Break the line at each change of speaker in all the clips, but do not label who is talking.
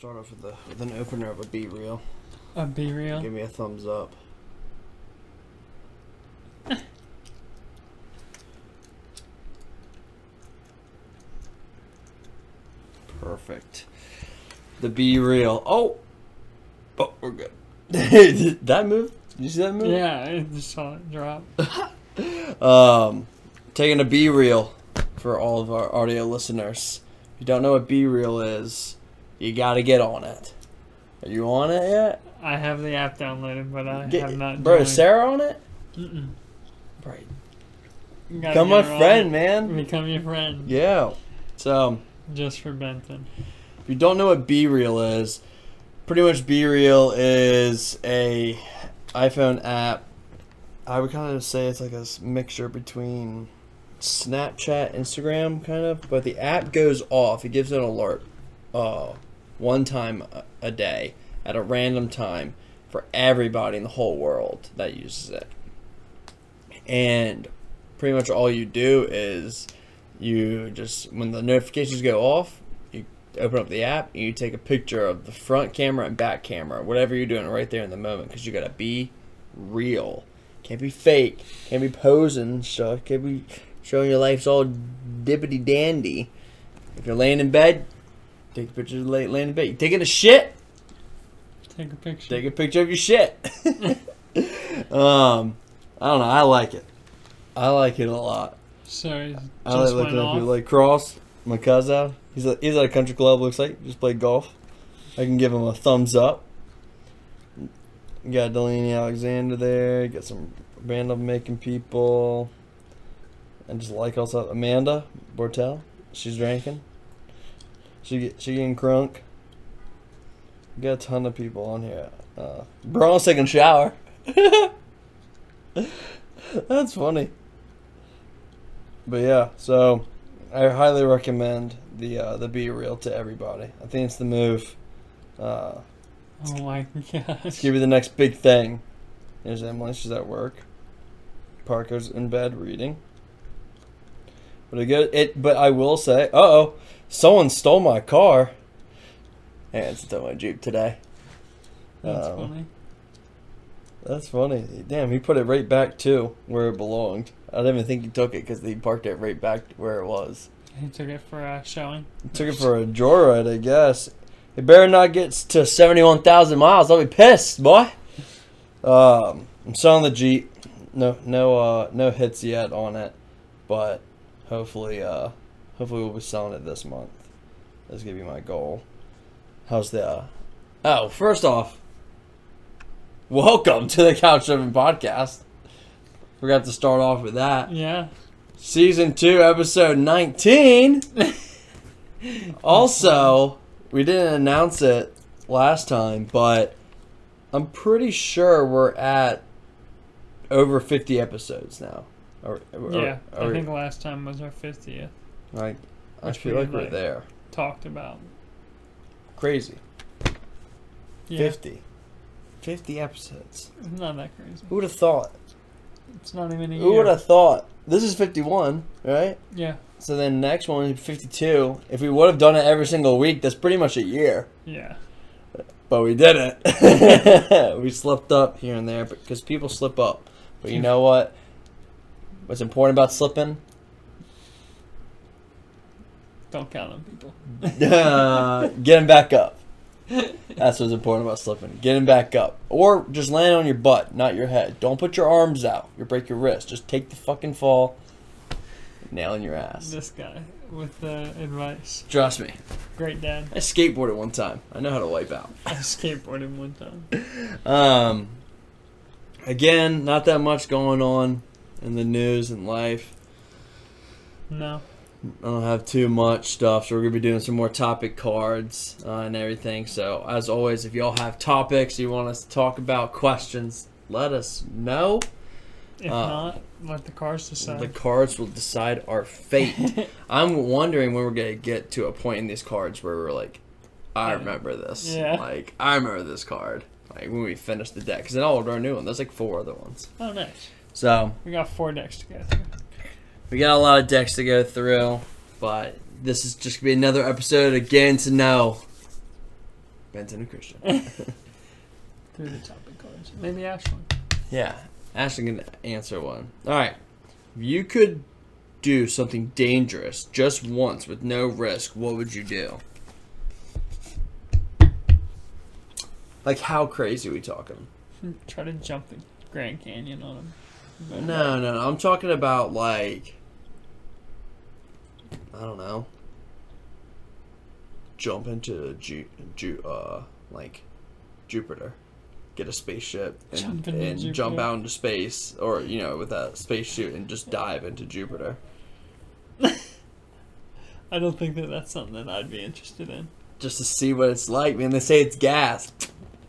with, a, with an opener of a B reel.
Uh, be real.
Give me a thumbs up. Perfect. The B reel. Oh, oh, we're good. Did that move? Did you see that move?
Yeah, I just saw it drop.
Um, taking a B reel for all of our audio listeners. If you don't know what B reel is, you gotta get on it. Are you on it yet?
I have the app downloaded, but I
Get-
have not.
bro,
joined.
is Sarah on it?
Mm-mm.
Right.
You gotta
Become my
get her on.
friend, man.
Become your friend.
Yeah. So, um,
Just for Benton.
if you don't know what B reel is, pretty much B reel is a iPhone app. I would kind of say it's like a s- mixture between Snapchat, Instagram, kind of. But the app goes off. It gives an alert, uh, one time a- a day at a random time for everybody in the whole world that uses it. And pretty much all you do is you just when the notifications go off, you open up the app and you take a picture of the front camera and back camera, whatever you're doing right there in the moment, because you gotta be real. Can't be fake. Can't be posing stuff. Can't be showing your life's all dippity dandy. If you're laying in bed, take a picture of lay- laying in bed. You taking a shit?
Take a picture.
Take a picture of your shit. um, I don't know. I like it. I like it a lot.
Sorry, just
I like
went
looking at
off.
people like Cross, my cousin. He's a, he's at a country club. Looks like just played golf. I can give him a thumbs up. You got Delaney Alexander there. You got some random making people. And just like also Amanda Bortel. She's drinking. She get, she getting crunk. You got a ton of people on here. Uh, Braun's taking a shower. That's funny. But yeah, so I highly recommend the uh, the B reel to everybody. I think it's the move. Uh,
oh my
it's
gosh.
gonna be the next big thing. There's Emily. She's at work. Parker's in bed reading. But it, go- it but I will say, uh oh, someone stole my car. And it's still my Jeep today.
That's
Um,
funny.
That's funny. Damn, he put it right back to where it belonged. I didn't even think he took it because he parked it right back to where it was.
He took it for uh, showing.
Took it for a joyride, I guess. It better not get to seventy-one thousand miles. I'll be pissed, boy. Um, I'm selling the Jeep. No, no, uh, no hits yet on it, but hopefully, uh, hopefully we'll be selling it this month. That's gonna be my goal. How's the? Uh... Oh, first off, welcome to the Couch Driven Podcast. Forgot to start off with that.
Yeah.
Season 2, episode 19. also, we didn't announce it last time, but I'm pretty sure we're at over 50 episodes now. Are- are-
yeah.
are-
I think last time was our 50th.
like, I
Which
feel
we
like we're
like.
there.
Talked about.
Crazy.
Yeah.
50. 50 episodes.
It's not that crazy.
Who would have thought?
It's not even a
Who
year.
would have thought? This is 51, right?
Yeah.
So then next one is 52. If we would have done it every single week, that's pretty much a year.
Yeah.
But we did it. we slipped up here and there because people slip up. But you know what? What's important about slipping?
Don't count on people.
getting back up. That's what's important about slipping. Getting back up. Or just laying on your butt, not your head. Don't put your arms out. You'll break your wrist. Just take the fucking fall. Nailing your ass.
This guy with the advice.
Trust me.
Great dad.
I skateboarded one time. I know how to wipe out.
I skateboarded one time.
Um, again, not that much going on in the news and life.
No.
I don't have too much stuff, so we're gonna be doing some more topic cards uh, and everything. So as always, if y'all have topics you want us to talk about, questions, let us know.
If
Uh,
not, let the cars decide.
The cards will decide our fate. I'm wondering when we're gonna get to a point in these cards where we're like, I
Yeah.
remember this.
Yeah.
Like I remember this card. Like when we finish the deck, because then I'll order a new one. There's like four other ones.
oh, nice.
So
We got four decks to go through.
we got a lot of decks to go through, but this is just gonna be another episode again to know Benton and Christian.
Through the topic cards. Maybe Ashley.
Yeah, Ashley can answer one. All right, if you could do something dangerous just once with no risk, what would you do? Like how crazy are we talking?
Hmm, Try to jump the Grand Canyon on him.
No, no, no. I'm talking about like I don't know. Jump into Ju, Ju uh like Jupiter. Get a spaceship and,
Jump into
and jump
Jupiter.
out into space or you know with a spacesuit and just dive into Jupiter.
I don't think that that's something that I'd be interested in.
Just to see what it's like, man. They say it's gas.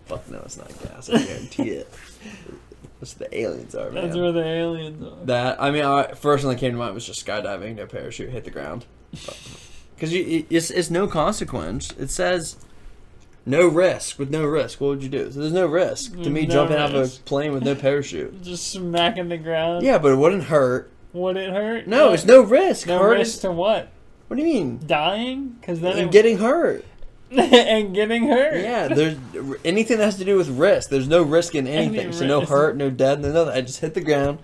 Fuck no, it's not gas. I guarantee it. That's what the aliens are, man.
That's where the aliens are.
That I mean, I, first one that came to mind was just skydiving, no parachute, hit the ground. Because you, it's, it's no consequence. It says no risk with no risk. What would you do? So there's no risk to me
No
jumping out of a
risk.
plane with no parachute.
Just smacking the ground.
yeah, but it wouldn't hurt.
Would it hurt?
No, it's no risk.
No
hurt
risk
is-
to what?
what do you mean?
Dying? Because then
And
it,
getting hurt.
and getting hurt.
Yeah, there's anything that has to do with risk. There's no risk in
Any
anything. so no
risk.
hurt, no death, no nothing. I just hit the ground,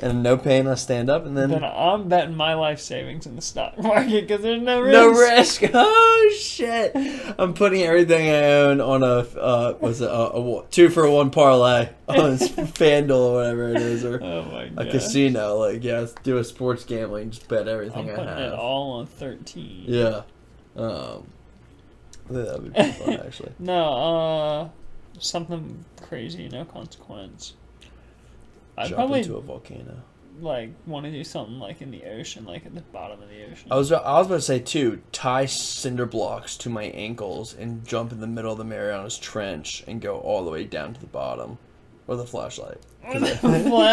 and no pain. I stand up, and then
Then I'm betting my life savings in the stock market because there's no risk.
No risk. Oh shit! I'm putting everything I own on a uh, was it a, a wa- two for one parlay on s- FanDuel or whatever it is, or
Oh my god.
a casino. Like yeah, let's do a sports gambling, just bet
I'm
everything
putting
I
it
have.
all on 13.
Yeah, um, I think that would be fun actually.
No, uh, something crazy, no consequence. I'd
Jump
probably
into a volcano.
like want to do something like in the ocean, like at the bottom of the ocean.
I was I was about to say too. Tie cinder blocks to my ankles and jump in the middle of the Marianas Trench and go all the way down to the bottom with a flashlight.
Flash.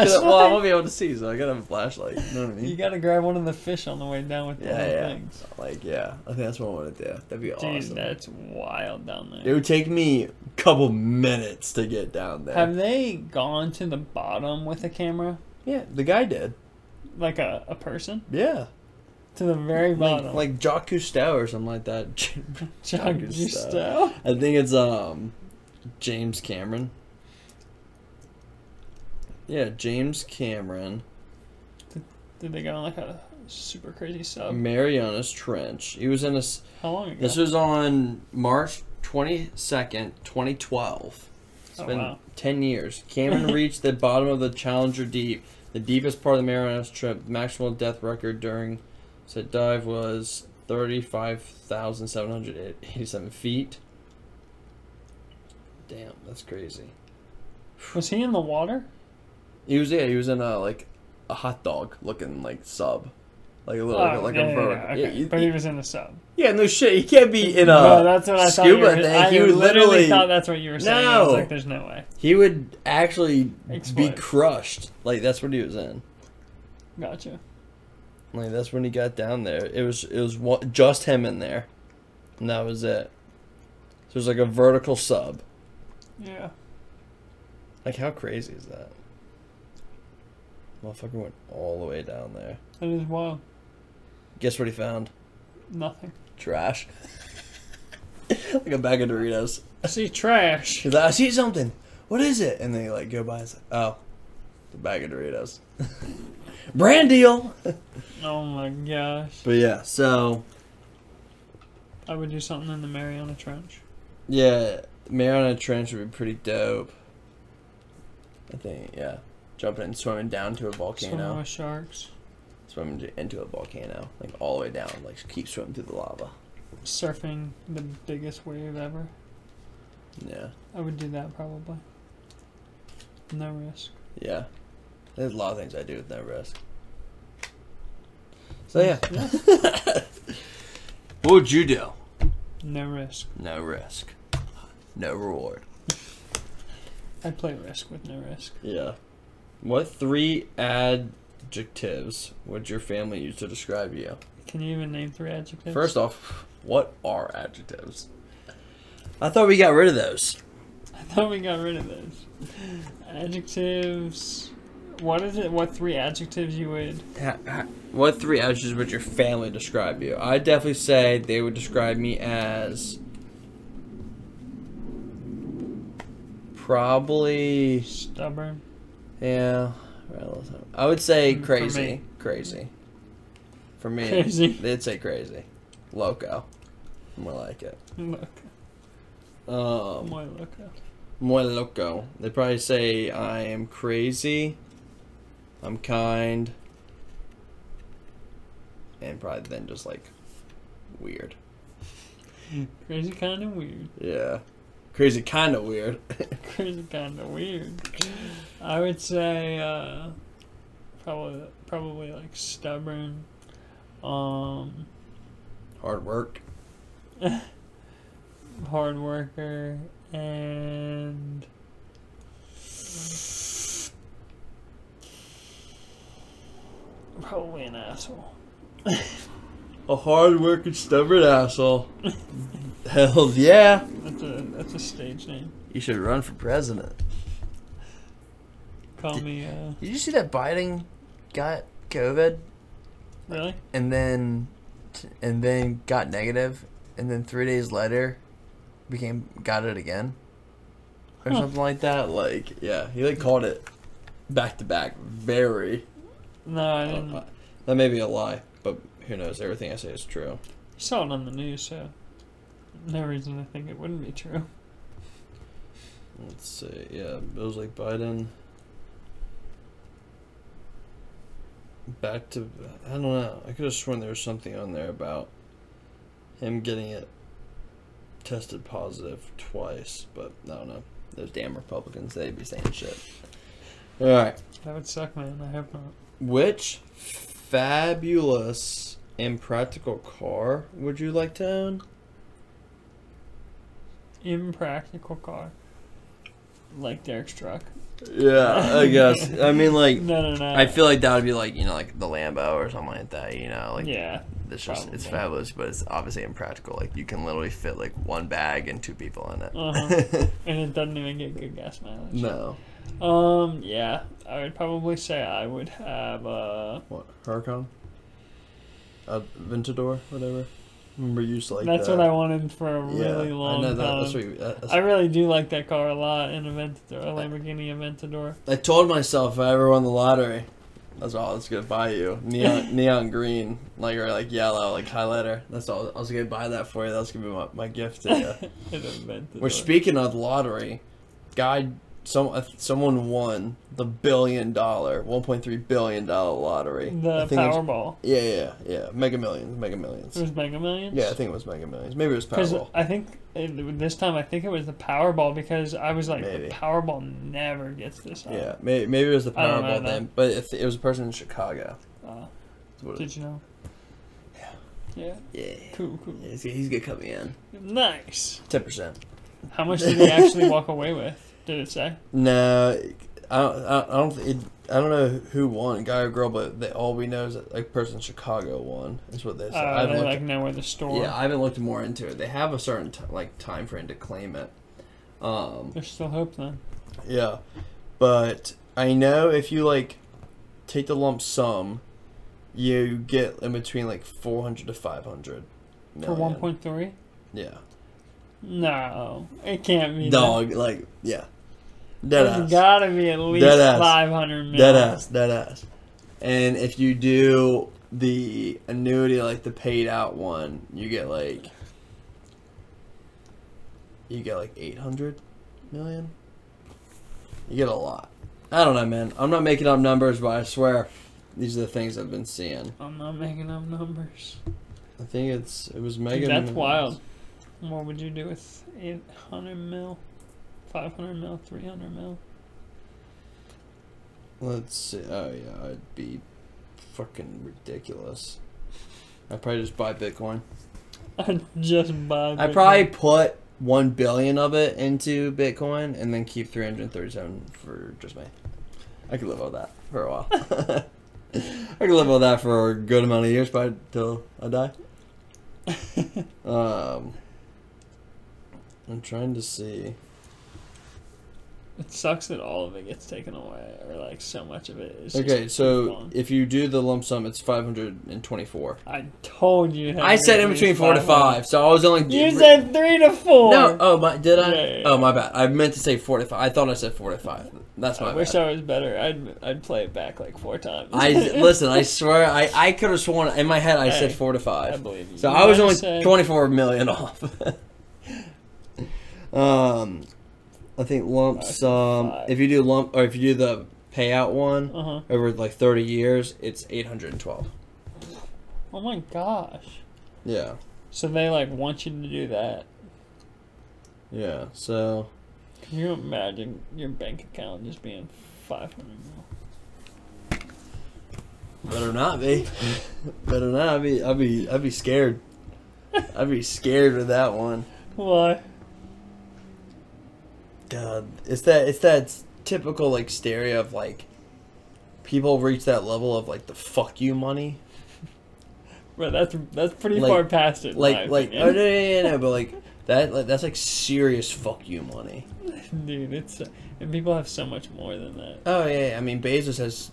well, I won't be able to see, so I gotta have a flashlight. You know what I mean?
You gotta grab one of the fish on the way down with the
yeah,
other
yeah.
things.
Like, yeah. I think that's what I want to do. That'd be
Dude,
awesome.
that's wild down
It
there.
would take me a couple minutes to get down there.
Have they gone to the bottom with a camera,
yeah, the guy did.
like a, a person,
Yeah.
to the very
Like,
bottom?
like uh, Jacques Cousteau or something like that.
John
Jacques
Gusto.
I think it's um James Cameron. Yeah, James Cameron,
Did they go on like a super crazy sub?
Marianas Trench. He was in a. s-
How long ago?
This was on March 22nd, 2012. It's
Oh,
been
wow.
10 years. Cameron reached the bottom of the Challenger Deep, the deepest part of the Marianas Trench. The maximal depth record during said dive was 35,787 feet. Damn, that's crazy.
Was he in the water?
He was yeah, he was in a like a hot dog looking like sub. Like a little
Oh,
like
yeah, yeah,
a bird.
yeah, okay.
Yeah, you-
but he was in the sub.
yeah, no shit. He can't be in a
no, that's what I thought. You
scuba
were,
thing.
I
he
literally,
would literally
thought that's what you were saying. I was
No.
like, there's no way.
He would actually be
Explode.
crushed. Like that's what he was in.
Gotcha.
Like that's when he got down there. It was it was one, just him in there, and that was it. So it was like a vertical sub.
Yeah.
Like how crazy is that? Motherfucker went all the way down there.
That is wild.
Guess what he found?
Nothing.
Trash. like a bag of Doritos.
I see trash.
He's like, I see something. What is it? And they like go by. It's like, oh, it's a bag of Doritos. Brand deal.
Oh my gosh.
But yeah, so
I would do something in the Mariana Trench.
Yeah, Mariana Trench would be pretty dope. I think, yeah. Jumping and swimming down to a
Swimming
volcano.
with sharks.
Swimming to- into a volcano. Like, all the way down. Like, just keep swimming through the lava.
Surfing the biggest wave ever.
Yeah.
I would do that probably. No risk.
Yeah. There's a lot of things I do with no risk. So, yeah. what would you do?
No risk.
No risk. No reward.
I'd play risk with no risk.
Yeah. What three adjectives would your family use to describe you?
Can you even name three adjectives?
First off, what are adjectives? I thought we got rid of those.
I thought we got rid of those. Adjectives. What is it? What three adjectives you would?
Ha- ha- What three adjectives would your family describe you? I definitely say they would describe me as probably
Stubborn.
yeah. relative. I would say
Mm, for
crazy,
me.
crazy. For me,
Crazy.
they'd say crazy, loco. More like it.
Look. Oh
Um,
Muy loco.
Muy loco. They probably say I am crazy, I'm kind, and probably then just like weird.
Crazy kind of weird.
Yeah. Crazy kind of weird.
Crazy kind of weird. I would say uh, probably probably like stubborn. Um,
Hard work.
hard worker and probably an asshole.
A hard working stubborn asshole. Hell yeah.
That's a that's a stage name.
You should run for president.
Call me uh
Did you see that Biden got COVID
really?
and then and then got negative and then 3 days later became got it again? Or
Huh.
something like that. Like, yeah, he like called it back to back very
No, I didn't.
Uh, that may be a lie, but who knows? Everything I say is true.
saw it on the news, so no reason to think it wouldn't be true.
Let's see. Yeah, it was like Biden. Back to I don't know. I could have sworn there was something on there about him getting it tested positive twice, but I don't know. Those damn Republicans, they be saying shit. All right.
That would suck, man. I hope not.
Which fabulous impractical car would you like to own?
Impractical car. Like Derek's truck.
Yeah, I guess. I mean, like,
No, no, no.
I feel like that would be like you know like the Lambo or something like that. You know, like
yeah.
it's just it's
probably.
fabulous, but it's obviously impractical. Like you can literally fit like one bag and two people in it.
Uh-huh. And it doesn't even get good gas mileage.
no,
Um, yeah, I would probably say I would have uh
what Huracan, uh, Ventador, whatever. Remember you used to like
that's what I wanted for a really long
I know
time.
That, that's what you, that- that's-
I really do like that car a lot in Aventador, a Lamborghini Aventador.
I told myself if I ever won the lottery, that's all I was gonna buy you neon neon green, like or like yellow, like highlighter. That's all I was gonna buy that for you. That was gonna be my, my gift to you.
An Aventador.
We're speaking of lottery. Guy, some uh, someone won the billion dollar, one point three billion dollar lottery.
the
I think it was-
Powerball. Mm.
yeah, yeah, yeah. Mega Millions, Mega Millions.
It was Mega Millions.
Yeah, I think it was Mega Millions. Maybe it was
Because
Powerball.
I think it, this time I think it was the Powerball because I was like
Maybe.
the Powerball never gets this. high.
Yeah, maybe, maybe it was the
I don't know
Powerball
that.
then, but it, it was a person in Chicago.
Uh,
That's what it-
did you know? Yeah. Yeah.
yeah,
Cool. Cool.
he's, he's gonna cut me in
Nice.
ten percent.
How much did he actually walk away with? Did it say?
No, I don't. I I don't. It, I don't know who won, guy or girl, but they, all we know is that like person in Chicago won. Is what they said.
Uh,
I haven't
they
looked
like know where the store.
Yeah, I haven't looked more into it. They have a certain t- like time frame to claim it. Um,
There's still hope then.
yeah, but I know if you like take the lump sum, you get in between like four hundred to five hundred. Oh,
For 1.3?
Yeah,
No, it can't be.
dog. Like yeah, dead
that.
ass,
It's gotta be at least
Dead ass.
500 million.
dead ass, dead ass. And if you do the annuity, like the paid out one, you get like you get like 800 million. You get a lot. I don't know, man. I'm not making up numbers, but I swear these are the things I've been seeing.
I'm not making up numbers.
I think it's it was
Dude,
Megan.
that's wild. What would you do with 800 mil, 500 mil, 300 mil?
Let's see. Oh yeah, I'd be fucking ridiculous. I'd probably just buy Bitcoin.
I'd just buy.
I
Bitcoin.
probably put one billion of it into Bitcoin and then keep three hundred thirty-seven for just me. I could live on that for a while. I could live on that for a good amount of years, probably till I die. um, I'm trying to see.
It sucks that all of it gets taken away, or like so much of it is. just
Okay, so
gone.
if you do the lump sum, it's 524.
I told you.
I said in between 4 to 5, so I was only.
You said three to four.
No, oh, my, did I?
Yeah, yeah, yeah.
Oh, my bad. I meant to say 4 to 5. I thought I said 4 to 5. That's my
I wish
bad.
I was better. I'd I'd play it back like four times.
I, listen, I swear, I, I could have sworn in my head I said
Hey,
4 to 5.
I believe you.
So
You
I was
might have
only
said-
24 million off. um, I think lump
Five,
sum.
five.
If you do lump, or if you do the payout one
Uh-huh.
over like 30 years, it's 812.
Oh my gosh.
Yeah,
So they like want you to do that.
yeah. So
Can you imagine your bank account just being five hundred mil?
better not be. better not be. I'd be. I'd be scared. I'd be scared with that one.
Why?
God, uh, it's that it's that typical like stereo of like people reach that level of like the fuck you money.
Bro, that's that's pretty
Like-
far past it. in my
like like
opinion.
oh, no, no, no, no, but like that like, that's like serious fuck you money.
dude, it's and people have so much more than that.
Oh yeah, yeah, I mean Bezos has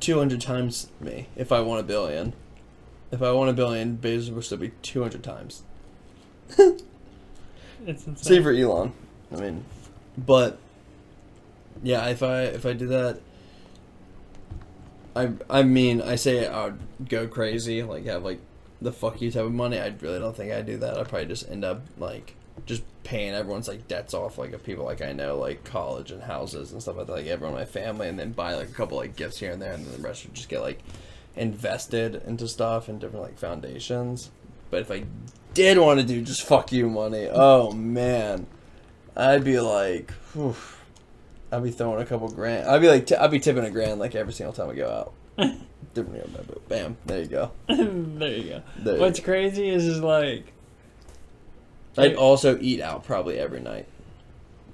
two hundred times me. If I want a billion, if I want a billion, Bezos would still be two hundred times.
It's insane.
Save for Elon. I mean, but yeah, if I if I do that, I I mean I say I would go crazy like have like the fuck you type of money. I really don't think I do that. I probably just end up like just paying everyone's like debts off like of people like I know like college and houses and stuff like that like everyone in my family and then buy like a couple like gifts here and there and then the rest would just get like invested into stuff and different like foundations. But if I did want to do just fuck you money, oh man, I'd be like, whew, I'd be throwing a couple grand. I'd be like, t- I'd be tipping a grand like every single time I go out. Different year, but bam, there you go.
there you go.
There you
What's crazy is is like
go. I'd also eat out probably every night.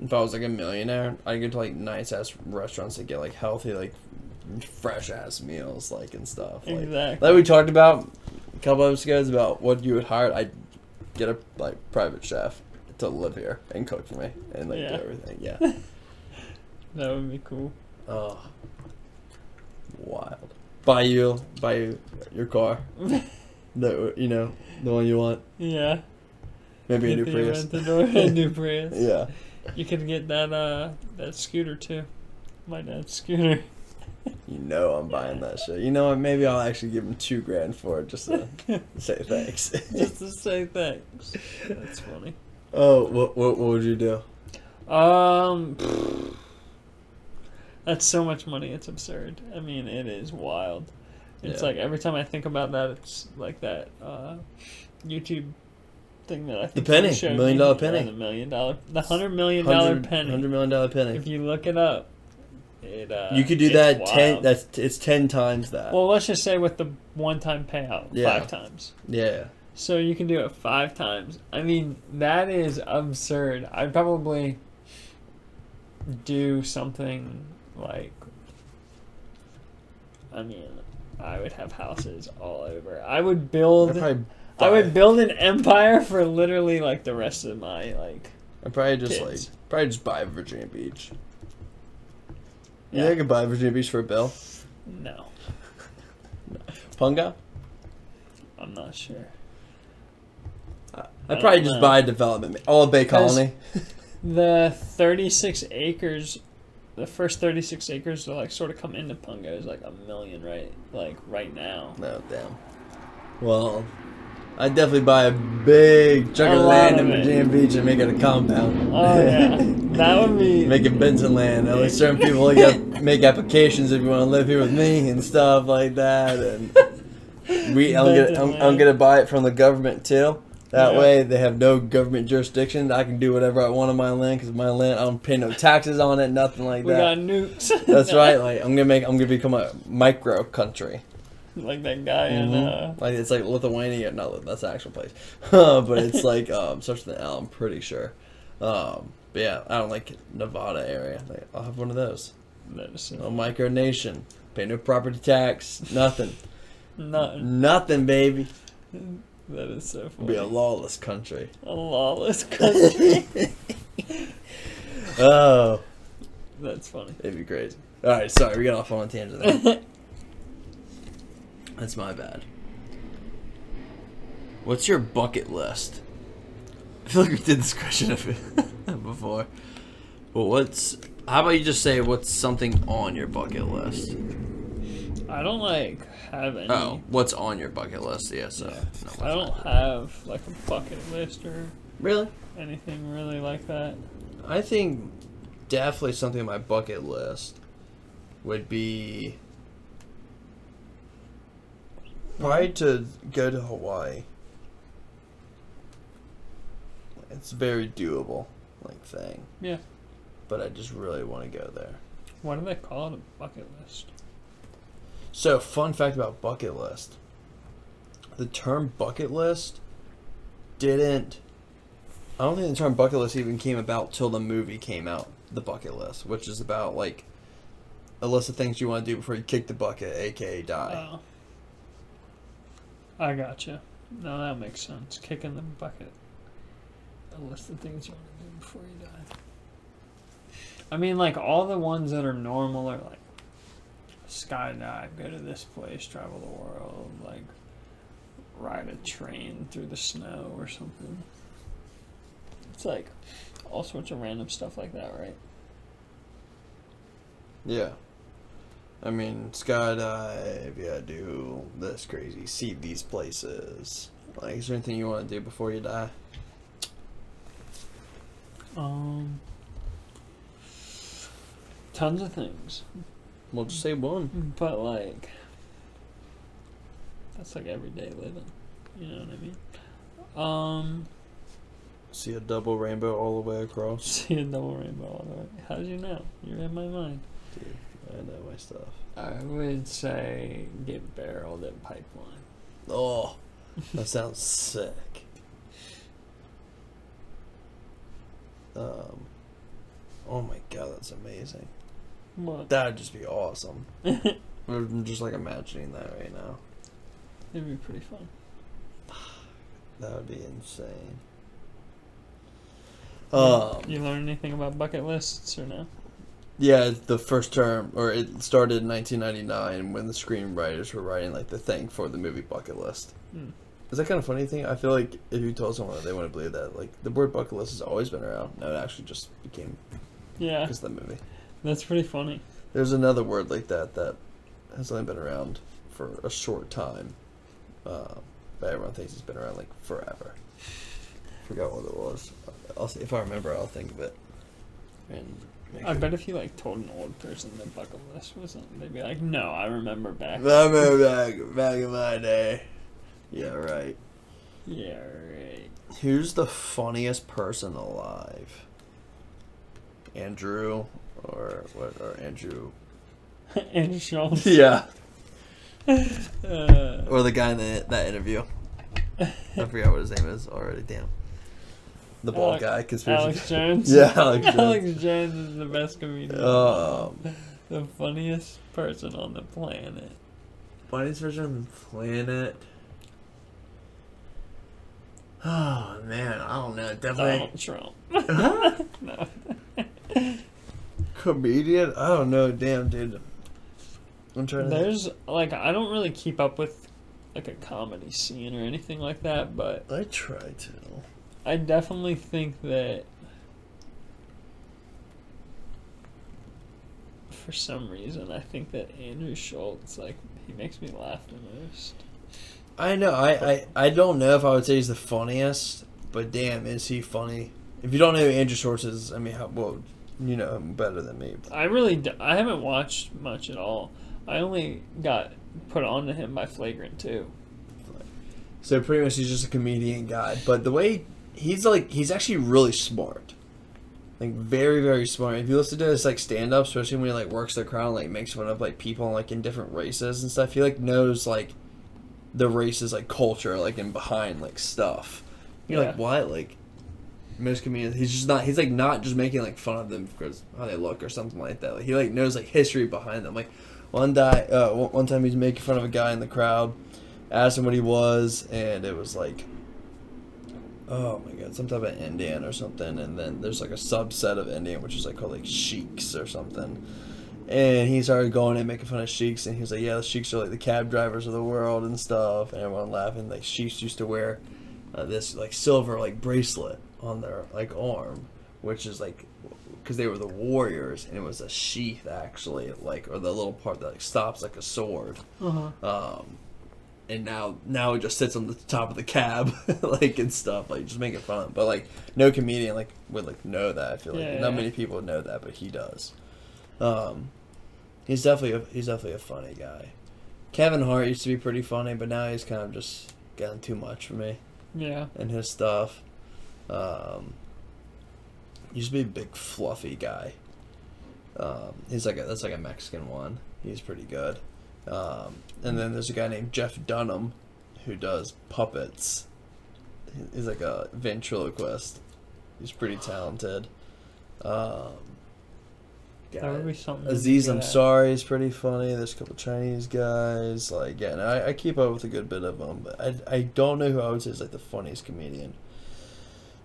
If I was like a millionaire, I'd go to like nice ass restaurants and get like healthy, like fresh ass meals, like and stuff. Like,
exactly.
Like we talked about a couple episodes ago is about what you would hire. I'd get a like private chef to live here and cook for me and like
Yeah.
do everything. Yeah.
That would be cool.
oh, wild. Buy you, buy you your car. That you know the one you want.
Yeah.
Maybe a
Get
new
the
Prius.
Aventador, a new Prius.
Yeah.
You could get that uh that scooter too. My dad's scooter.
You know I'm buying that shit. You know what? Maybe I'll actually give him two grand for it just to say thanks.
Just to say thanks. That's funny.
oh, what, what what would you do?
Um That's so much money, it's absurd. I mean it is wild. It's
Yeah.
like every time I think about that it's like that uh YouTube thing that I think
penny,
showed
million
you.
dollar
Yeah,
penny.
the million dollar the hundred million dollar penny.
Hundred million dollar penny.
If you look it up, it uh,
You could do
it's
that ten.
wild.
That's it's ten times that.
well, let's just say with the one-time payout,
Yeah.
five times.
yeah.
So you can do it five times. I mean, that is absurd. I'd probably do something like. I mean, I would have houses all over. I would
I'd
build.
probably,
I
buy-
would build an empire for literally like the rest of my like.
I'd probably just
kids.
like probably just buy Virginia Beach. Yeah,
Yeah.
I could buy Virginia Beach for a bill.
No,
Punga.
I'm not sure.
I'd probably
don't
just
know.
buy a development, all of Bay
Because-
Colony.
The 36 acres, the first 36 acres that like sort of come into Pungo is like a million, right? Like right now.
No, damn. Well, I'd definitely buy a big chunk
A
of
lot
land
of
in
it.
Virginia Beach and make it a compound.
Oh yeah, that would be.
Make it Benson land. At least certain people like up- make applications if you want to live here with me and stuff like that. And we, I'm gonna,
Benson
I'm, I'm
land.
gonna buy it from the government too. That
Yeah.
way they have no government jurisdiction. I can do whatever I want on my land because my land, I don't pay no taxes on it, nothing like
we got
that.
nukes.
That's right. Like I'm gonna make, I'm gonna become a micro country.
like that guy in uh,
Mhm. Like it's like Lithuania. No, Lith- that's the actual place. but it's like um, such an L. I'm pretty sure. Um, but yeah, I don't like Nevada area. Like, I'll have one of those.
medicine.
A micro nation. Pay no property tax. Nothing.
Nothing.
nothing, baby.
That is so funny.
Be a lawless country.
A lawless country.
Oh,
That's funny.
It'd be crazy. All right, sorry, we got off on a tangent. There. That's my bad. What's your bucket list? I feel like we did this question of- before. But what's. How about you just say what's something on your bucket list?
I don't like have any.
Oh, what's on your bucket list? Yeah, so.
Yeah.
no,
I
we're
don't
fine.
have like a bucket list or
Really?
anything really like that.
I think definitely something on my bucket list would be. Probably to go to Hawaii. It's a very doable, like thing.
Yeah.
But I just really want to go there.
Why do they call it a bucket list?
So, fun fact about bucket list. The term bucket list didn't. I don't think the term bucket list even came about till the movie came out, The Bucket List, which is about like a list of things you want to do before you kick the bucket, aka die.
Oh. I gotcha. No, that makes sense. Kicking the bucket. A list of things you want to do before you die. I mean, like, all the ones that are normal are like skydive, go to this place, travel the world, like, ride a train through the snow or something. It's like all sorts of random stuff like that, right?
Yeah. I mean, skydive, yeah, do this crazy, see these places. Like, is there anything you want to do before you die?
Um, tons of things.
We'll just say one.
But like, that's like everyday living. You know what I mean? Um,
See a double rainbow all the way across.
see a double rainbow all the way. How did you know? You're in my mind.
Dude, I know my stuff.
I would say get barreled at pipeline.
Oh, that sounds sick. Um, oh my god, that's amazing.
What?
That would just be awesome. I'm just like imagining that right now.
It'd be pretty fun.
That would be insane.
You-
Um,
you learn anything about bucket lists or no?
yeah, the first term, or it started in 1999 when the screenwriters were writing like the thing for the movie bucket list.
Hmm.
Is that kind of funny thing? I feel like if you tell someone that they wouldn't believe that, like the word bucket list has always been around. Now it actually just became
Yeah,
because of the movie.
that's pretty funny.
There's another word like that that has only been around for a short time, uh, but everyone thinks it's been around like forever. Forgot what it was. I'll see if I remember. I'll think of it. And make
I
sure-
bet if you like told an old person their bucket list was something, they'd be like, "No, I remember back."
Remember back back in my day. Yeah, right.
yeah, right.
Who's the funniest person alive? Andrew or what? Or Andrew?
and Schultz.
Yeah.
Uh,
Or the guy in the, that interview. I forgot what his name is already. Damn. The bald
Alec-
guy conspiracy.
Alex Jones.
Yeah, Alex
Alex Jones is the best comedian.
Um,
the funniest person on the planet.
funniest person on the planet. Oh man, I don't know. Definitely
Donald Trump. no.
comedian. I don't know. Damn, dude. I'm trying to.
There's like I don't really keep up with like a comedy scene or anything like that, but
I try to.
I definitely think that for some reason I think that Andrew Schultz like he makes me laugh the most.
I know. I, I I don't know if I would say he's the funniest, but damn, is he funny? If you don't know who Andrew Schwartz is, I mean, how, well, you know him better than me.
I really d- I haven't watched much at all. I only got put onto him by Flagrant too.
So pretty much he's just a comedian guy. But the way he's like, he's actually really smart. Like very, very smart. If you listen to his like stand up, especially when he like works the crowd, like makes fun of like people like in different races and stuff, he like knows like the races like culture, like and behind like stuff. You're like,
Yeah.
what? Like most comedians he's just not he's like not just making like fun of them because how they look or something like that. Like, he like knows like history behind them. Like one guy uh, one one time he's making fun of a guy in the crowd asked him what he was, and it was like oh my god, some type of Indian or something, and then there's like a subset of Indian which is like called like sheiks or something. And he started going and making fun of sheiks, and he was like, "Yeah, the sheiks are like the cab drivers of the world and stuff." And everyone laughing. Like sheiks used to wear uh, this like silver like bracelet on their like arm, which is like because they were the warriors, and it was a sheath actually, like or the little part that like, stops like a sword.
Uh-huh.
Um, and now now it just sits on the top of the cab, like and stuff, like just making fun. of him. But like no comedian like would like know that. I feel like
Yeah,
not
yeah.
many people would know that, but he does. Um, he's definitely a, he's definitely a funny guy. Kevin Hart used to be pretty funny, but now he's kind of just gotten too much for me
Yeah.
and his stuff. Um, used to be a big fluffy guy. Um, he's like a, that's like a Mexican one. He's pretty good. Um, and then there's a guy named Jeff Dunham, who does puppets. He- He's like a ventriloquist. He's pretty talented. Um,
That
God.
would be something. to
Aziz
look
I'm
at.
sorry is pretty funny. There's a couple Chinese guys. Like, yeah, no, I, I keep up with a good bit of them, but I, I don't know who I would say is like the funniest comedian.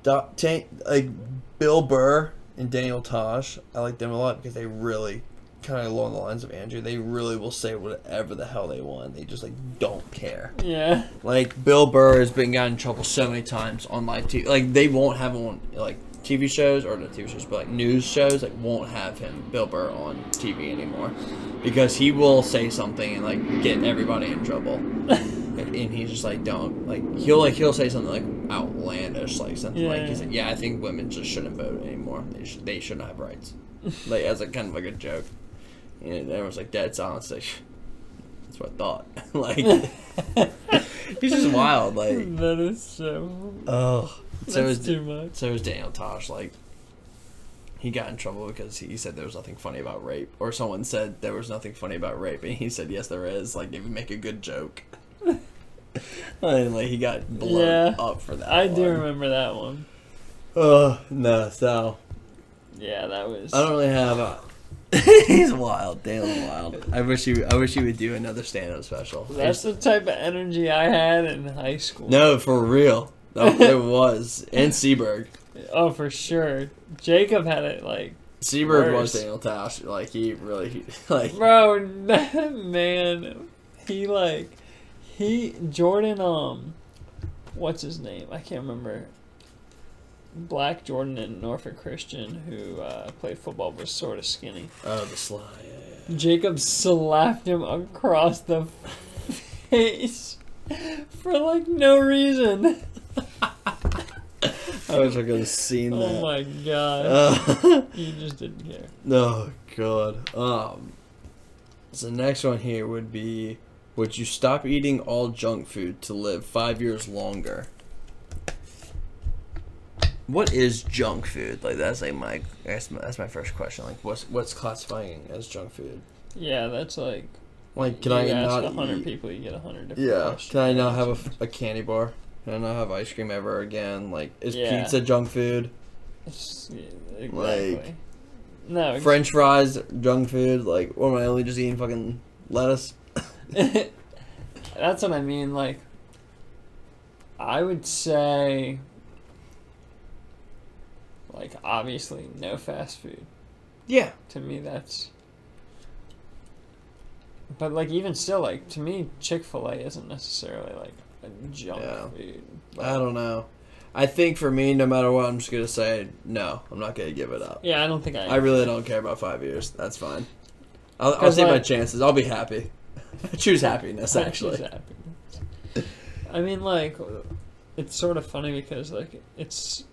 Doc, Tank, like Bill Burr and Daniel Tosh, I like them a lot because they really kind of along the lines of Andrew. They really will say whatever the hell they want. They just like don't care.
Yeah.
Like Bill Burr has been gotten in trouble so many times on live TV. Like they won't have him on like TV shows or not TV shows, but like news shows. Like won't have him Bill Burr on TV anymore because he will say something and like get everybody in trouble. and he's just like don't like he'll like he'll say something like outlandish like something like he's
Yeah.
like yeah I think women just shouldn't vote anymore. They should they shouldn't have rights. like as a kind of like a joke. And everyone's like that's honestly. That's what I thought. like He's just wild, like
that is so.
oh. So
that's
is
too much.
so is Daniel Tosh. Like he got in trouble because he said there was nothing funny about rape, or someone said there was nothing funny about rape, and he said yes there is. Like if you make a good joke, and like he got blown
Yeah.
up for that.
I do
one.
remember that one.
Oh no, so
Yeah, that was.
I don't really have a. He's wild. Daniel's wild. I wish he. I wish he would do another stand-up special. I
That's the type of energy I had in high school.
No, for real. No, there was. And Seberg.
Oh, for sure. Jacob had it like,
Seberg was
Worse.
Daniel Tosh. Like he really he, like
bro, man, he like, he Jordan um, what's his name? I can't remember. Black Jordan and Norfolk Christian, who uh, played football, was sort of skinny.
oh the sly. Yeah, yeah.
Jacob slapped him across the face for like no reason.
I wish I could have seen that.
Oh my god.
Uh,
You just didn't care.
oh god. Um. So the next one here would be: Would you stop eating all junk food to live five years longer? What is junk food? Like that's like my that's my, that's my first question. Like what's what's classifying as junk food?
Yeah, that's like
Like can
you
I
ask
not
a hundred
eat?
people, you get a hundred different
Yeah.
questions.
Can I not have a f- a, candy bar? Can I not have ice cream ever again? Like, is
Yeah.
pizza junk food?
It's- yeah, exactly. no, ex-
French fries junk food? Like, or am I only just eating fucking lettuce?
that's what I mean. Like, I would say, like, obviously, no fast food.
Yeah.
To me, that's. But like, even still, like to me, Chick Fil A isn't necessarily like a junk
Yeah.
food.
I don't know. I think for me, no matter what, I'm just gonna say no. I'm not gonna give it up.
Yeah, I don't think I.
I really don't care about five years. That's fine. I'll, I'll
'Cause,
take my
like-
chances. I'll be happy. I choose happiness.
That
Actually,
is happening. I mean, like, it's sort of funny because, like, it's.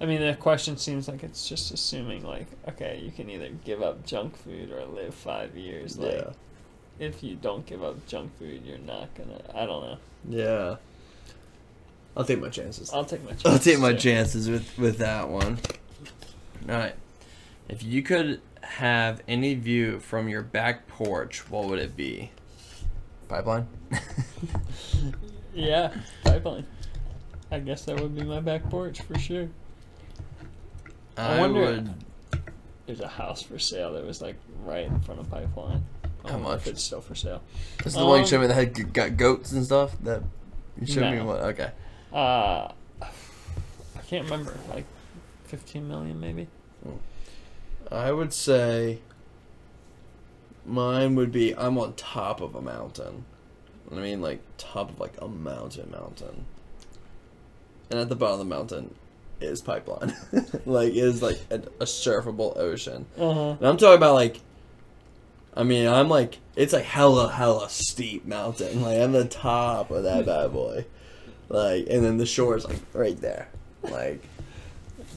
I mean, the question seems like it's just assuming, like, okay, you can either give up junk food or live five years. Like,
yeah,
if you don't give up junk food, you're not gonna. I don't know.
yeah. I'll take my chances.
I'll take my chance.
I'll take my chances with with that one. All right. If you could have any view from your back porch, what would it be? Pipeline.
Yeah, pipeline. I guess that would be my back porch for sure. I
I,
wonder-
would.
There's a house for sale that was, like, right in front of pipeline. I
How
wonder if
much?
It's still for sale.
This is the one you
um,
showed me that had g- got goats and stuff. That you showed me
No.
what? Okay.
Uh, can't remember. Like 15 million, maybe.
I would say mine would be I'm on top of a mountain. I mean, like, top of, like, a mountain, mountain. And at the bottom of the mountain is pipeline. like, is, like, a, a surfable ocean.
Uh huh.
And I'm talking about, like, I mean, I'm, like, it's, like, hella, hella steep mountain. Like, I'm the top of that bad boy. Like, and then the shore is, like, right there. Like,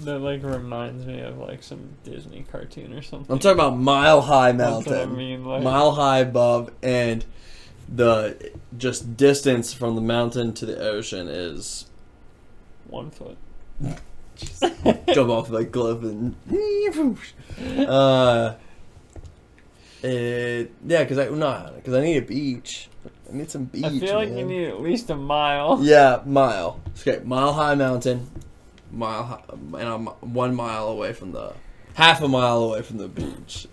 That like reminds me of like some Disney cartoon or something.
I'm talking about mile high
That's
mountain.
what I mean, like-
Mile high above and the just distance from the mountain to the ocean is
one foot.
jump off the cliff and uh it, yeah because I no because I need a beach I need some beach
I feel like you
man.
need at least a mile.
yeah mile okay mile high mountain mile high, and I'm one mile away from the half a mile away from the beach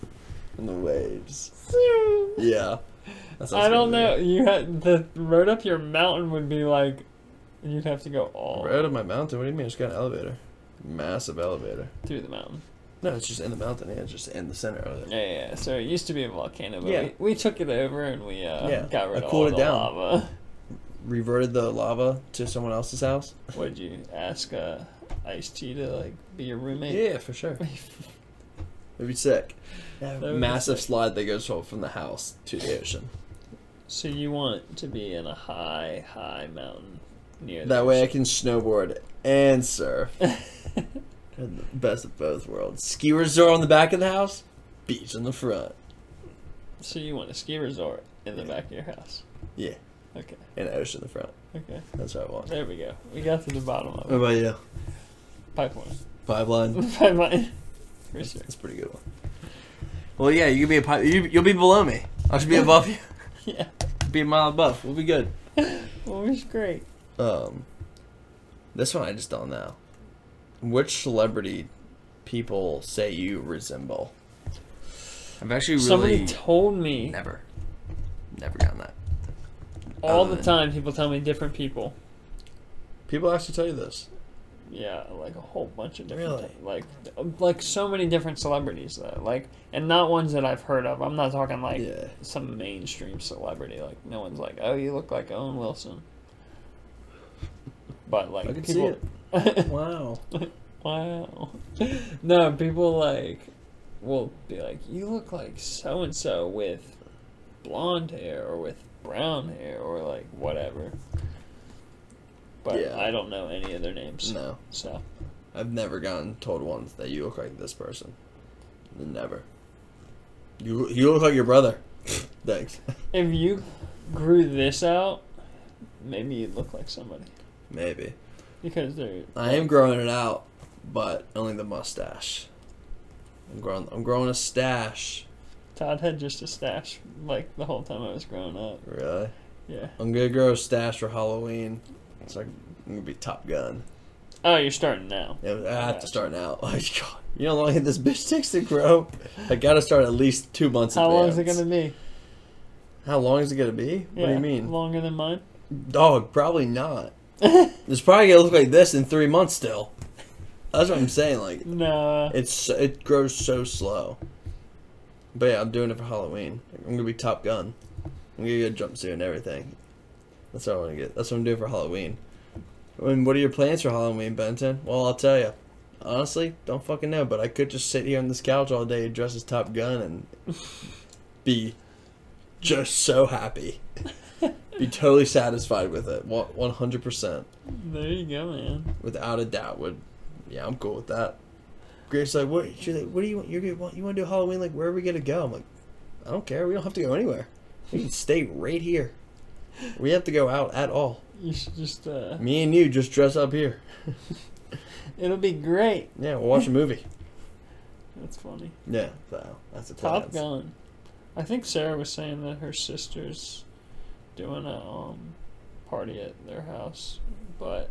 and the waves yeah That's what
I
it's
don't
gonna be.
know. You had the road up your mountain would be like, you'd have to go all
Right out of my mountain. What do you mean? It's got an elevator, massive elevator.
through the mountain.
No, it's just in the mountain. Yeah, it's just in the center of it.
Yeah, yeah. yeah. So it used to be a volcano, but
Yeah.
we, we took it over and we uh,
Yeah,
got rid
I
of all
cooled
the
it down.
lava.
Reverted the lava to someone else's house.
Would you ask uh, Ice T to like be your roommate?
Yeah, for sure. It'd be sick.
would be
Massive slide that goes from the house to the ocean.
So you want to be in a high, high mountain near
That way I can snowboard and surf. And the best of both worlds. Ski resort on the back of the house, beach in the front.
So you want a ski resort in the back of your house?
Yeah,
Okay,
and ocean in the front.
okay.
That's what I want.
There we go. We got to the bottom
What
of it.
about you?
Pipeline.
Pipeline.
Pipeline. For sure.
That's a pretty good one. Well, yeah, you can be a pi- you, you'll be below me. I should be above you.
Yeah.
Be a mile above. We'll be good.
Well, it's great.
Um, this one I just don't know. Which celebrity people say you resemble? I've actually
Somebody
really
told me
never, never gotten that.
all
other
the
than-
time. People tell me different people.
People actually tell you this.
Yeah, like a whole bunch of different.
Really?
ti- Like, like so many different celebrities though. Like, and not ones that I've heard of. I'm not talking like
Yeah.
some mainstream celebrity. Like, no one's like, oh, you look like Owen Wilson. But like
I can see
people,
it. Wow.
Wow. No, people like will be like, you look like so and so with blonde hair or with brown hair or like whatever. But
Yeah.
I don't know any of their names.
No,
So
I've never gotten told once that you look like this person. Never. You you look like your brother. Thanks.
if you grew this out, maybe you'd look like somebody.
Maybe.
Because they're
I am growing it out, but only the mustache. I'm growing. I'm growing a stash.
Todd had just a stash like the whole time I was growing up.
Really?
Yeah.
I'm gonna grow a stash for Halloween. So I'm gonna be Top Gun.
Oh, you're starting now.
I have to start now. Oh God! You know how long this bitch takes to grow? I gotta start at least two months.
How long is it
advance.
gonna be?
How long is it gonna be? What do
Yeah,
you mean?
Longer than mine?
Dog, probably not. it's probably gonna look like this in three months still. That's what I'm saying. Like,
No.
It's it grows so slow. But yeah, I'm doing it for Halloween. I'm gonna be Top Gun. I'm gonna get a jumpsuit and everything. That's what I want to get. That's what I'm doing for Halloween. And what are your plans for Halloween, Benton? Well, I'll tell you. Honestly, don't fucking know. But I could just sit here on this couch all day dressed as Top Gun and be just so happy. be totally satisfied with it. One hundred percent,
There you go, man.
without a doubt. Would yeah, I'm cool with that. Grace's like, what? She's like, what do you want? You're gonna want you want to do Halloween? Like, where are we gonna go? I'm like, I don't care. We don't have to go anywhere. We can stay right here. We have to go out at all.
You should just, uh,
Me and you just dress up here.
it'll be great.
Yeah, we'll watch a movie.
That's funny.
Yeah, so that's the
Top
plans.
Gun. I think Sarah was saying that her sister's doing a um, party at their house, but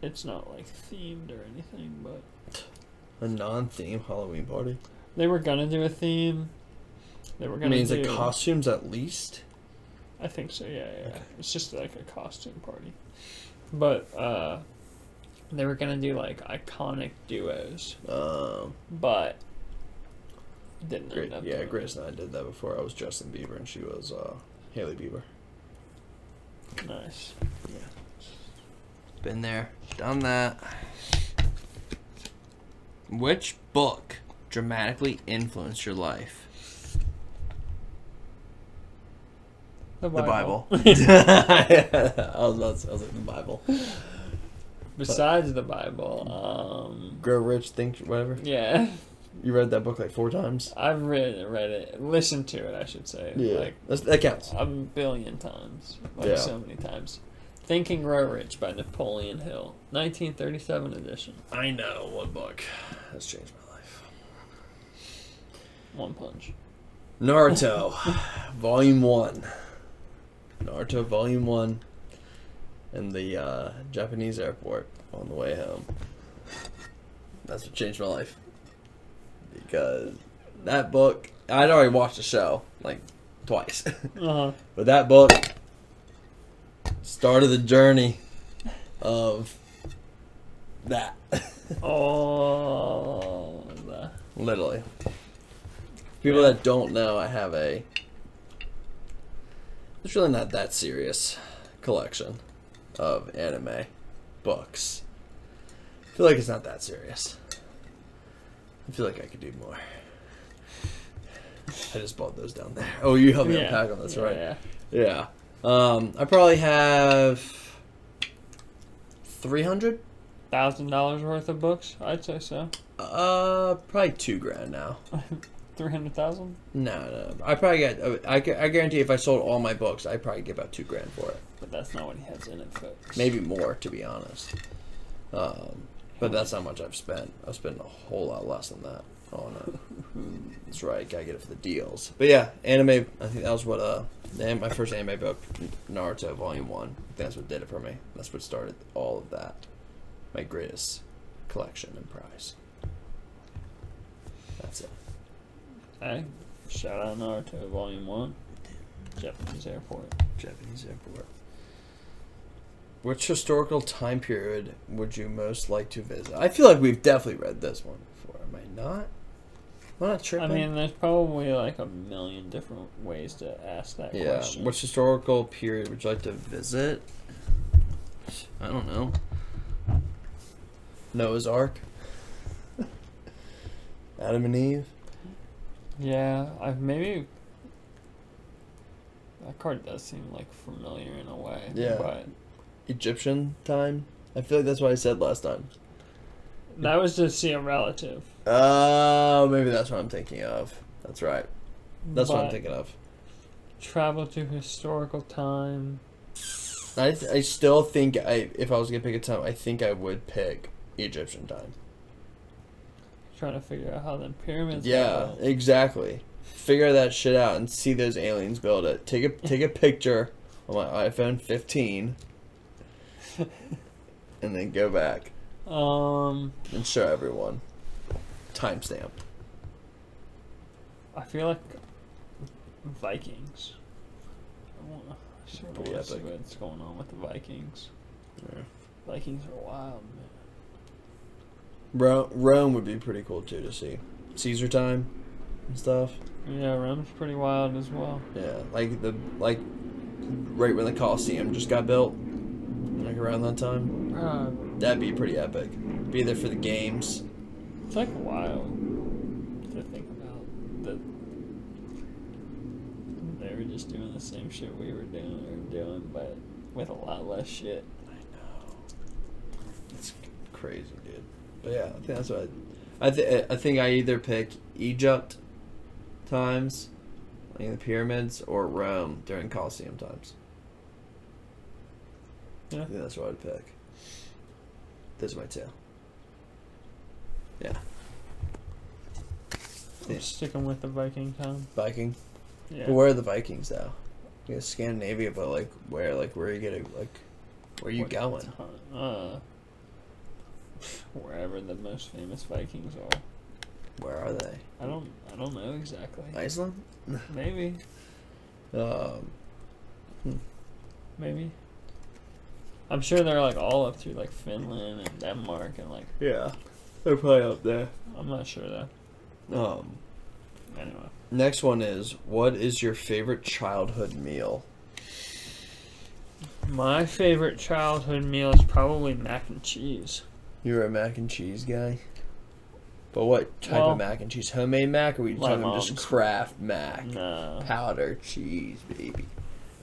it's not like themed or anything. But
A non-theme Halloween party.
they were gonna do a theme. They were
I
gonna
mean, is
do.
it costumes at least?
I think so. Yeah, yeah. yeah.
Okay.
It's just like a costume party, but uh, They were gonna do like iconic duos,
Um,
but didn't
Gra-
end up.
yeah,
doing
Grace and I did that before. I was Justin Bieber and she was uh, Haley Bieber.
it. Nice.
Been there, done that. Which book dramatically influenced your life? The Bible. I, was about to, I was like, the Bible.
Besides the Bible, um,
Grow Rich, Think, whatever.
yeah,
You read that book like four times?
I've read read it, listened to it, I should say, like
That's, that counts.
a billion times, like
Yeah.
so many times. Thinking Row Rich by Napoleon Hill, 1937 edition,
I know one book has changed my life.
one punch.
Naruto, Volume 1. Naruto, Volume 1. In the uh, Japanese airport on the way home. That's what changed my life. Because that book, I'd already watched the show like twice.
Uh huh.
But that book started the journey of that.
Oh, the
Literally. People that don't know, I have a. It's really not that serious collection of anime books. I feel like it's not that serious. I feel like I could do more. I just bought those down there. Oh, you helped me
yeah,
unpack them. That's
yeah,
right.
Yeah.
Yeah. Um, I probably have 300?
Thousand dollars worth of books, I'd say so.
Uh, probably two grand now.
Three hundred thousand.
No, no, no. I probably got, I, gu- I guarantee if I sold all my books, I'd probably get about two grand for it.
But that's not what he has in it, folks.
Maybe more, to be honest. Um, but that's not much I've spent. I've spent a whole lot less than that on it. That's right, gotta get it for the deals. But yeah, anime, I think that was what, uh, the an- my first anime book, Naruto Volume 1. That's what did it for me. That's what started all of that. My greatest collection and prize. That's it.
Hey, shout out Naruto Volume One, Japanese Airport.
Japanese airport. Which historical time period would you most like to visit? I feel like we've definitely read this one before. Am I not? Am I not
I
tripping?
mean, there's probably like a million different ways to ask that
yeah.
question.
Which historical period would you like to visit? I don't know. Noah's Ark. Adam and Eve.
Yeah, I maybe that card does seem like familiar in a way.
Yeah.
but
Egyptian time. I feel like that's what I said last time.
that was to see a relative.
Oh, maybe that's what I'm thinking of. That's right. That's what I'm
But
thinking of.
Travel to historical time.
I, th- I still think I if I was gonna pick a time, I think I would pick Egyptian time.
Trying to figure out how the pyramids.
Yeah,
were built.
exactly. Figure that shit out and see those aliens build it. Take a take a picture on my iPhone 15, and then go back
Um,
and show everyone. Timestamp.
I feel like Vikings. I wanna, I sort of
Pretty
want to see
epic.
what's going on with the Vikings.
Yeah.
Vikings are wild, man.
Ro- Rome would be pretty cool too to see. Caesar time and stuff.
Yeah, Rome's pretty wild as well.
Yeah, like the like right when the Colosseum just got built, like around that time.
Uh,
That'd be pretty epic. Be there for the games.
It's like wild to think about that they were just doing the same shit we were doing or doing, but with a lot less shit.
I know. It's crazy, dude. But yeah, I think that's what I. I, th- I think I either pick Egypt times, like the pyramids, or Rome during Colosseum times.
Yeah.
I think that's what I'd pick. Those are my two. Yeah.
I'm sticking with the Viking time.
Viking.
Yeah.
But where are the Vikings though? You know, Scandinavia, but like where? Like where are you gonna like? Where are you
What
going?
ti- Uh, wherever the most famous Vikings are.
Where are they?
I don't. I don't know exactly.
Iceland.
Maybe.
Um,
Maybe. I'm sure they're like all up through like Finland and Denmark and like
Yeah, they're probably up there.
I'm not sure though.
Um,
Anyway,
next one is what is your favorite childhood meal?
my favorite childhood meal is probably mac and cheese.
You were a mac and cheese guy. But what type
Well,
of mac and cheese? Homemade mac, or were you
my
talking just
mom's.
craft mac?
No,
Powder cheese, baby.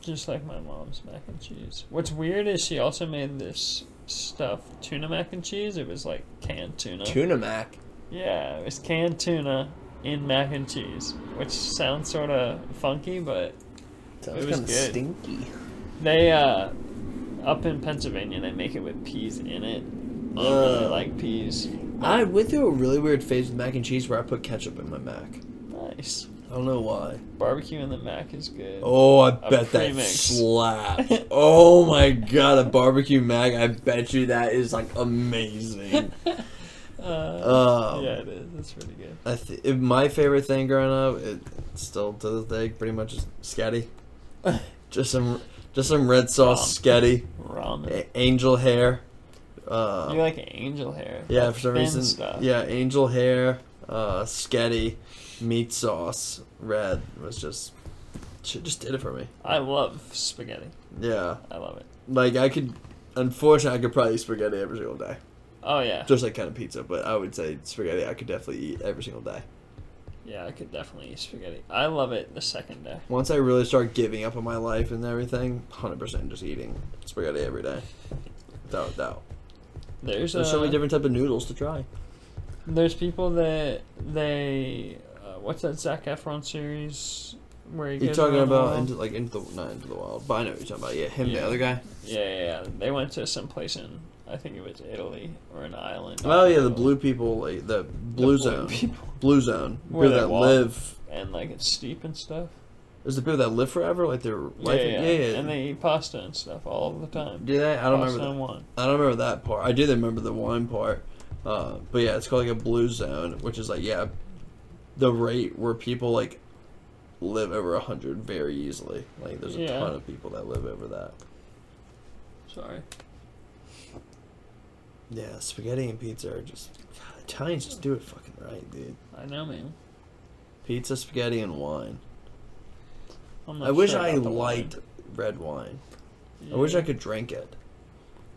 just like my mom's mac and cheese. What's weird is she also made this stuff tuna mac and cheese. It was like canned tuna.
Tuna mac.
Yeah, it was canned tuna in mac and cheese, which sounds sort of funky, but
Sounds
It was
kind of
good.
stinky.
They uh, up in Pennsylvania, they make it with peas in it. I don't really
Ugh.
like peas.
I went through a really weird phase with mac and cheese where I put ketchup in my mac.
Nice
I don't know why.
barbecue in the mac is good.
Oh, I bet that
premix.
slapped. oh my god, a barbecue mac. I bet you that is like amazing.
Uh,
Um,
yeah, it is. It's pretty good.
I th- if my favorite thing growing up, it still to this day, pretty much is scatty. just some, just some red sauce scatty,
Ramen.
a- angel hair. Uh,
You like angel hair?
yeah,
that
for some
thin
reason,
Stuff.
yeah, angel hair, uh, scatty, meat sauce, red was just, shit just did it for me.
I love spaghetti.
Yeah,
I love it.
like I could, unfortunately, I could probably eat spaghetti every single day,
Oh yeah,
just like kind of pizza. But I would say spaghetti, I could definitely eat every single day.
yeah. I could definitely eat spaghetti. I love it the second day.
Once I really start giving up on my life and everything, hundred percent just eating spaghetti every day, without a doubt.
There's,
There's
uh,
so many different type of noodles to try.
There's people that they uh, what's that Zac Efron series where he
You're
goes
talking
around the
about
world?
into like into the not into the wild, but I know what you're talking about. Yeah, him,
Yeah.
the other guy.
Yeah, yeah, yeah. They went to some place in I think it was Italy or an island.
Oh yeah, the blue people, like the blue
blue
zone,
people.
blue zone.
Where
people
they
that
walk.
live.
and like it's steep and stuff.
Is the people that live forever, like their life.
yeah, yeah,
yeah.
And they eat pasta and stuff all the time.
do they? I don't remember.
pasta
That.
and wine.
I don't remember that part. I do remember the wine part. Uh, but yeah, it's called like a blue zone, which is like yeah, the rate where people like live over a hundred very easily. Like there's a
Yeah.
ton of people that live over that.
Sorry.
Yeah, spaghetti and pizza are just God, Italians just do it fucking right, dude.
I know, man.
Pizza, spaghetti, and wine.
I'm
I
not
wish
sure
I
about the wine.
liked red wine.
Yeah.
I wish I could drink it.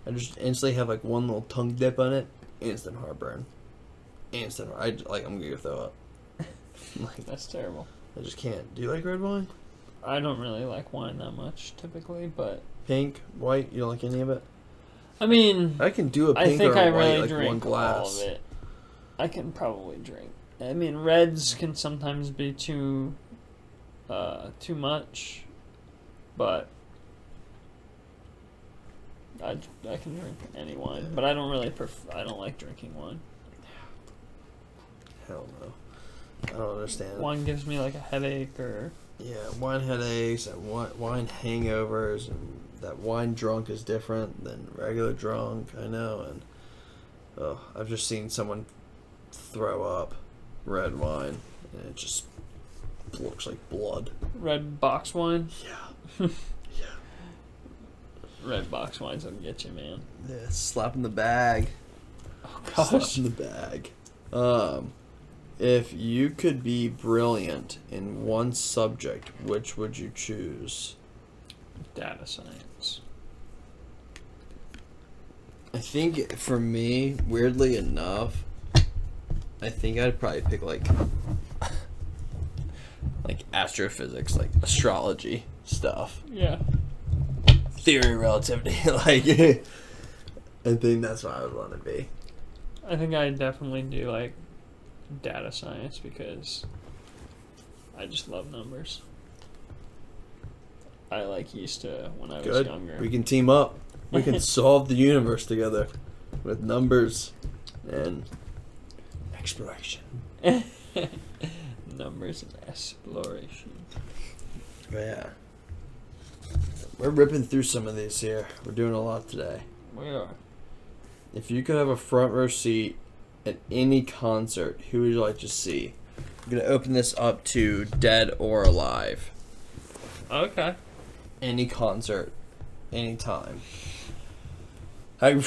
I just instantly have like one little tongue dip on it. Instant heartburn. Instant. I j- like. I'm gonna throw up. like,
That's terrible.
I just can't. Do you like red wine?
I don't really like wine that much typically, but
Pink, white. You don't like any of it?
I mean,
I can do a pink
I think
or a
I
white,
really
like
drink
one glass.
all of it. I can probably drink. I mean, reds can sometimes be too, uh, too much, but I, I can drink any wine. But I don't really pref- I don't like drinking wine.
Hell no. I don't understand.
Wine gives me like a headache or
Yeah, wine headaches and wine, wine hangovers, and that wine drunk is different than regular drunk. I know, and oh, I've just seen someone throw up red wine, and it just looks like blood.
red box wine.
Yeah,
Red box wines will get you, man.
yeah, slap in the bag.
Oh
Slap in the bag. Um, if you could be brilliant in one subject, which would you choose?
data science.
I think for me, weirdly enough, I think I'd probably pick like like astrophysics, like astrology stuff,
Yeah.
theory of relativity. like, I think that's what I would want to be.
I think I definitely do like data science because I just love numbers. I like used to when I was
Good.
younger.
We can team up. We can solve the universe together with numbers and exploration.
numbers and exploration.
Yeah. We're ripping through some of these here. We're doing a lot today.
We are.
If you could have a front row seat at any concert, who would you like to see? I'm gonna open this up to dead or alive.
Okay.
Any concert, anytime. I,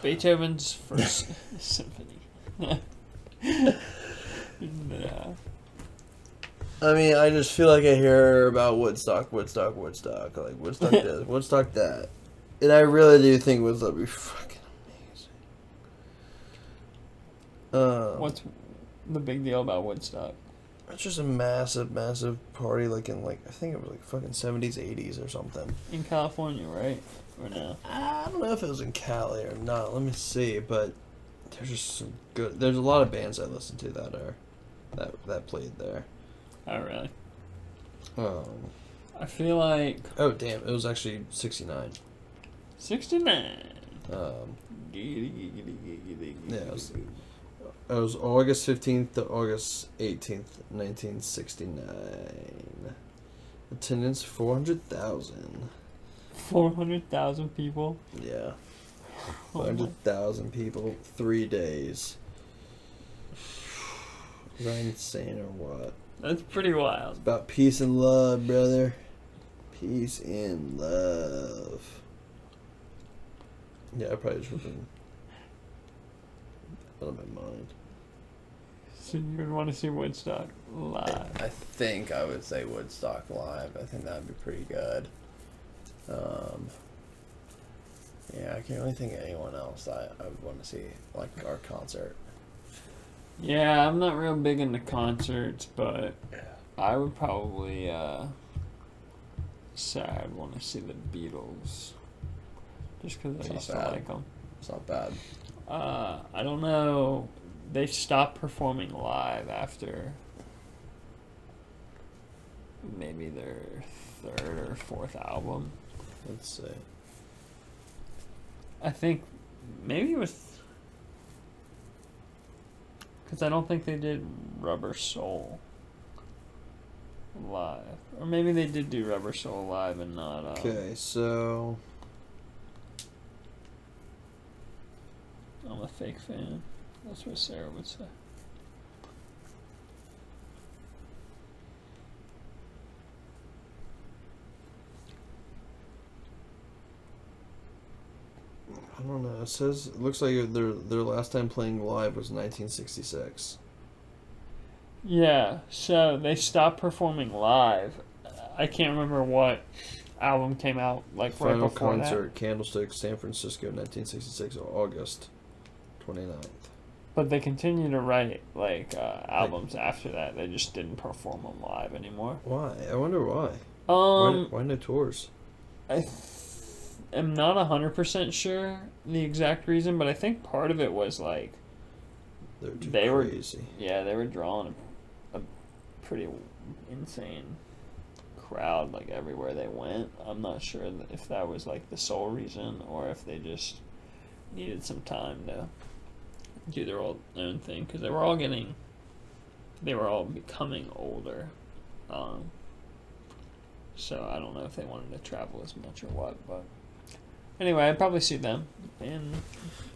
Beethoven's first symphony. no.
I mean, I just feel like I hear about Woodstock, Woodstock, Woodstock, like Woodstock this, Woodstock that, and I really do think Woodstock would be fucking amazing. Um,
What's the big deal about Woodstock?
It's just a massive, massive party, like in like I think it was like fucking seventies, eighties, or something.
In California, right? Or no?
I don't know if it was in Cali or not. Let me see. But there's just some good. There's a lot of bands I listen to that are that that played there.
Oh, really?
Um,
I feel like
oh damn, it was actually sixty nine.
69.
Um,
Giggity, giggity, giggity, giggity.
Yeah, it was- it was August fifteenth to August eighteenth, nineteen sixty nine. Attendance four hundred thousand.
400,000 people.
Yeah,
Oh
four
my-
hundred thousand people, three days. Is that insane or what?
That's pretty wild.
It's about peace and love, brother. Peace and love. Yeah, I probably just been out of my mind.
So you would want to see Woodstock live.
I think I would say Woodstock Live. I think that'd be pretty good. Um, yeah, I can't really think of anyone else I, I would want to see, like our concert.
Yeah, I'm not real big into concerts, but I would probably uh, say I'd want to see the Beatles. Just because
It's
I
not
used to
bad.
like them.
It's not bad.
Uh, I don't know. They stopped performing live after maybe their third or fourth album.
Let's see.
I think maybe it was because I don't think they did Rubber Soul live, or maybe they did do Rubber Soul live and not. Um,
Okay, so
I'm a fake fan. That's what Sarah would say.
I don't know. It says it looks like their their last time playing live was 1966.
Yeah, so they stopped performing live. I can't remember what album came out like
Final
right before
concert,
that,
Candlestick, San Francisco, 1966, August 29th.
but they continued to write like uh, albums after that. They just didn't perform them live anymore.
Why? I wonder why.
Um,
why, why no tours?
I th- am not 100% sure the exact reason, but I think part of it was like,
They're too
they were-
crazy.
yeah, they were drawing a, a pretty insane crowd like everywhere they went. I'm not sure th- if that was like the sole reason or if they just needed some time to do their old, own thing because they were all getting, they were all becoming older. Um, so I don't know if they wanted to travel as much or what, but anyway, I'd probably see them in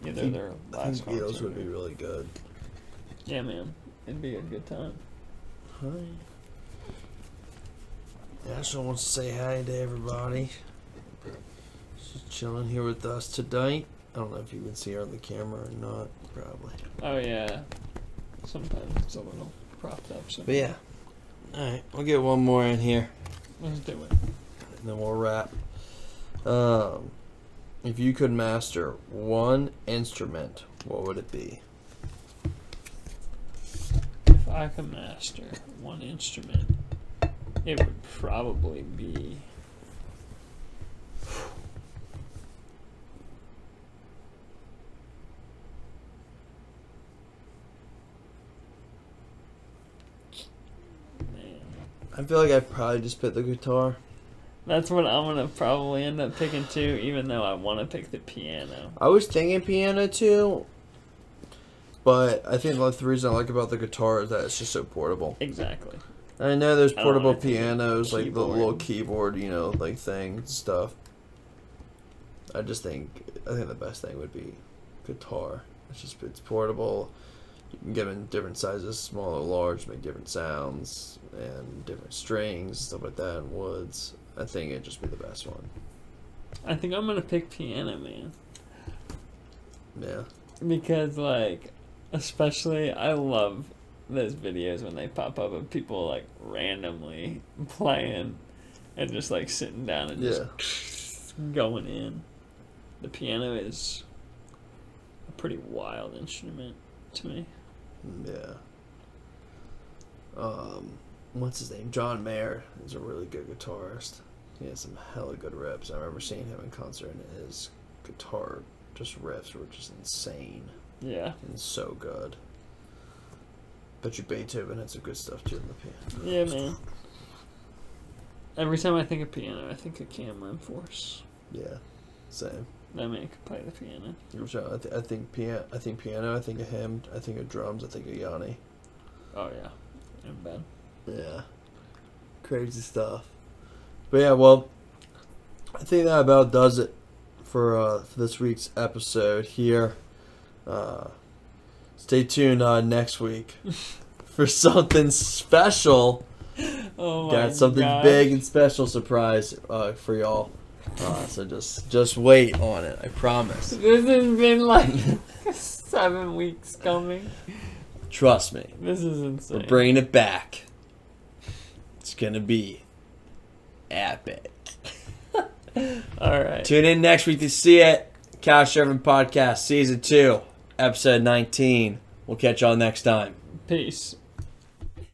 either
think-
their
I
last
think Beatles
concert
would be
or-
really good.
yeah, man. It'd be a good time.
Hi. I just want to say hi to everybody. Just chilling here with us tonight. I don't know if you can see her on the camera or not. Probably.
Oh yeah. Sometimes it's a little propped up. So
But yeah. Alright, we'll get one more in here.
let's do it.
and then we'll wrap. Um, if you could master one instrument, what would it be?
If I could master one instrument, it would probably be. Man,
I feel like I probably just picked the guitar.
That's what I'm gonna probably end up picking too, even though I want to pick the piano.
I was thinking piano too, but I think that's the reason I like about the guitar is that it's just so portable.
Exactly.
I know there's
I don't
portable
wanna take a
pianos, like the little
keyboard.
keyboard, you know, like thing stuff. I just think I think the best thing would be guitar. It's just it's portable. You can get in different sizes, small or large, make different sounds and different strings, stuff like that, and woods. I think it'd just be the best one.
I think I'm gonna pick piano, man.
Yeah.
because like especially I love those videos when they pop up of people like randomly playing and just like sitting down and just going in. The piano is a pretty wild instrument to me.
Yeah. Um, what's his name? John Mayer is a really good guitarist. He has some hella good riffs. I remember seeing him in concert, and his guitar just riffs were just insane
Yeah.
and so good. Bet you Beethoven had some good stuff too in the piano.
Yeah, man. Every time I think of piano, I think of Cameron Force.
Yeah, same.
That man could play the piano.
So I, th- I think piano. I think piano. I think of him. I think of drums. I think of Yanni.
Oh yeah. And Ben.
Yeah. Crazy stuff. But yeah, well, I think that about does it for, uh, for this week's episode here. Uh, stay tuned uh, next week for something special.
Oh my
Got something
gosh.
big and special surprise uh, for y'all. Uh, so just just wait on it. I promise.
This has been like seven weeks coming.
Trust me.
This is insane.
We're bringing it back. It's gonna be epic.
All right.
Tune in next week to see it. Couch Surfing Podcast, Season 2, Episode 19. We'll catch y'all next time.
Peace.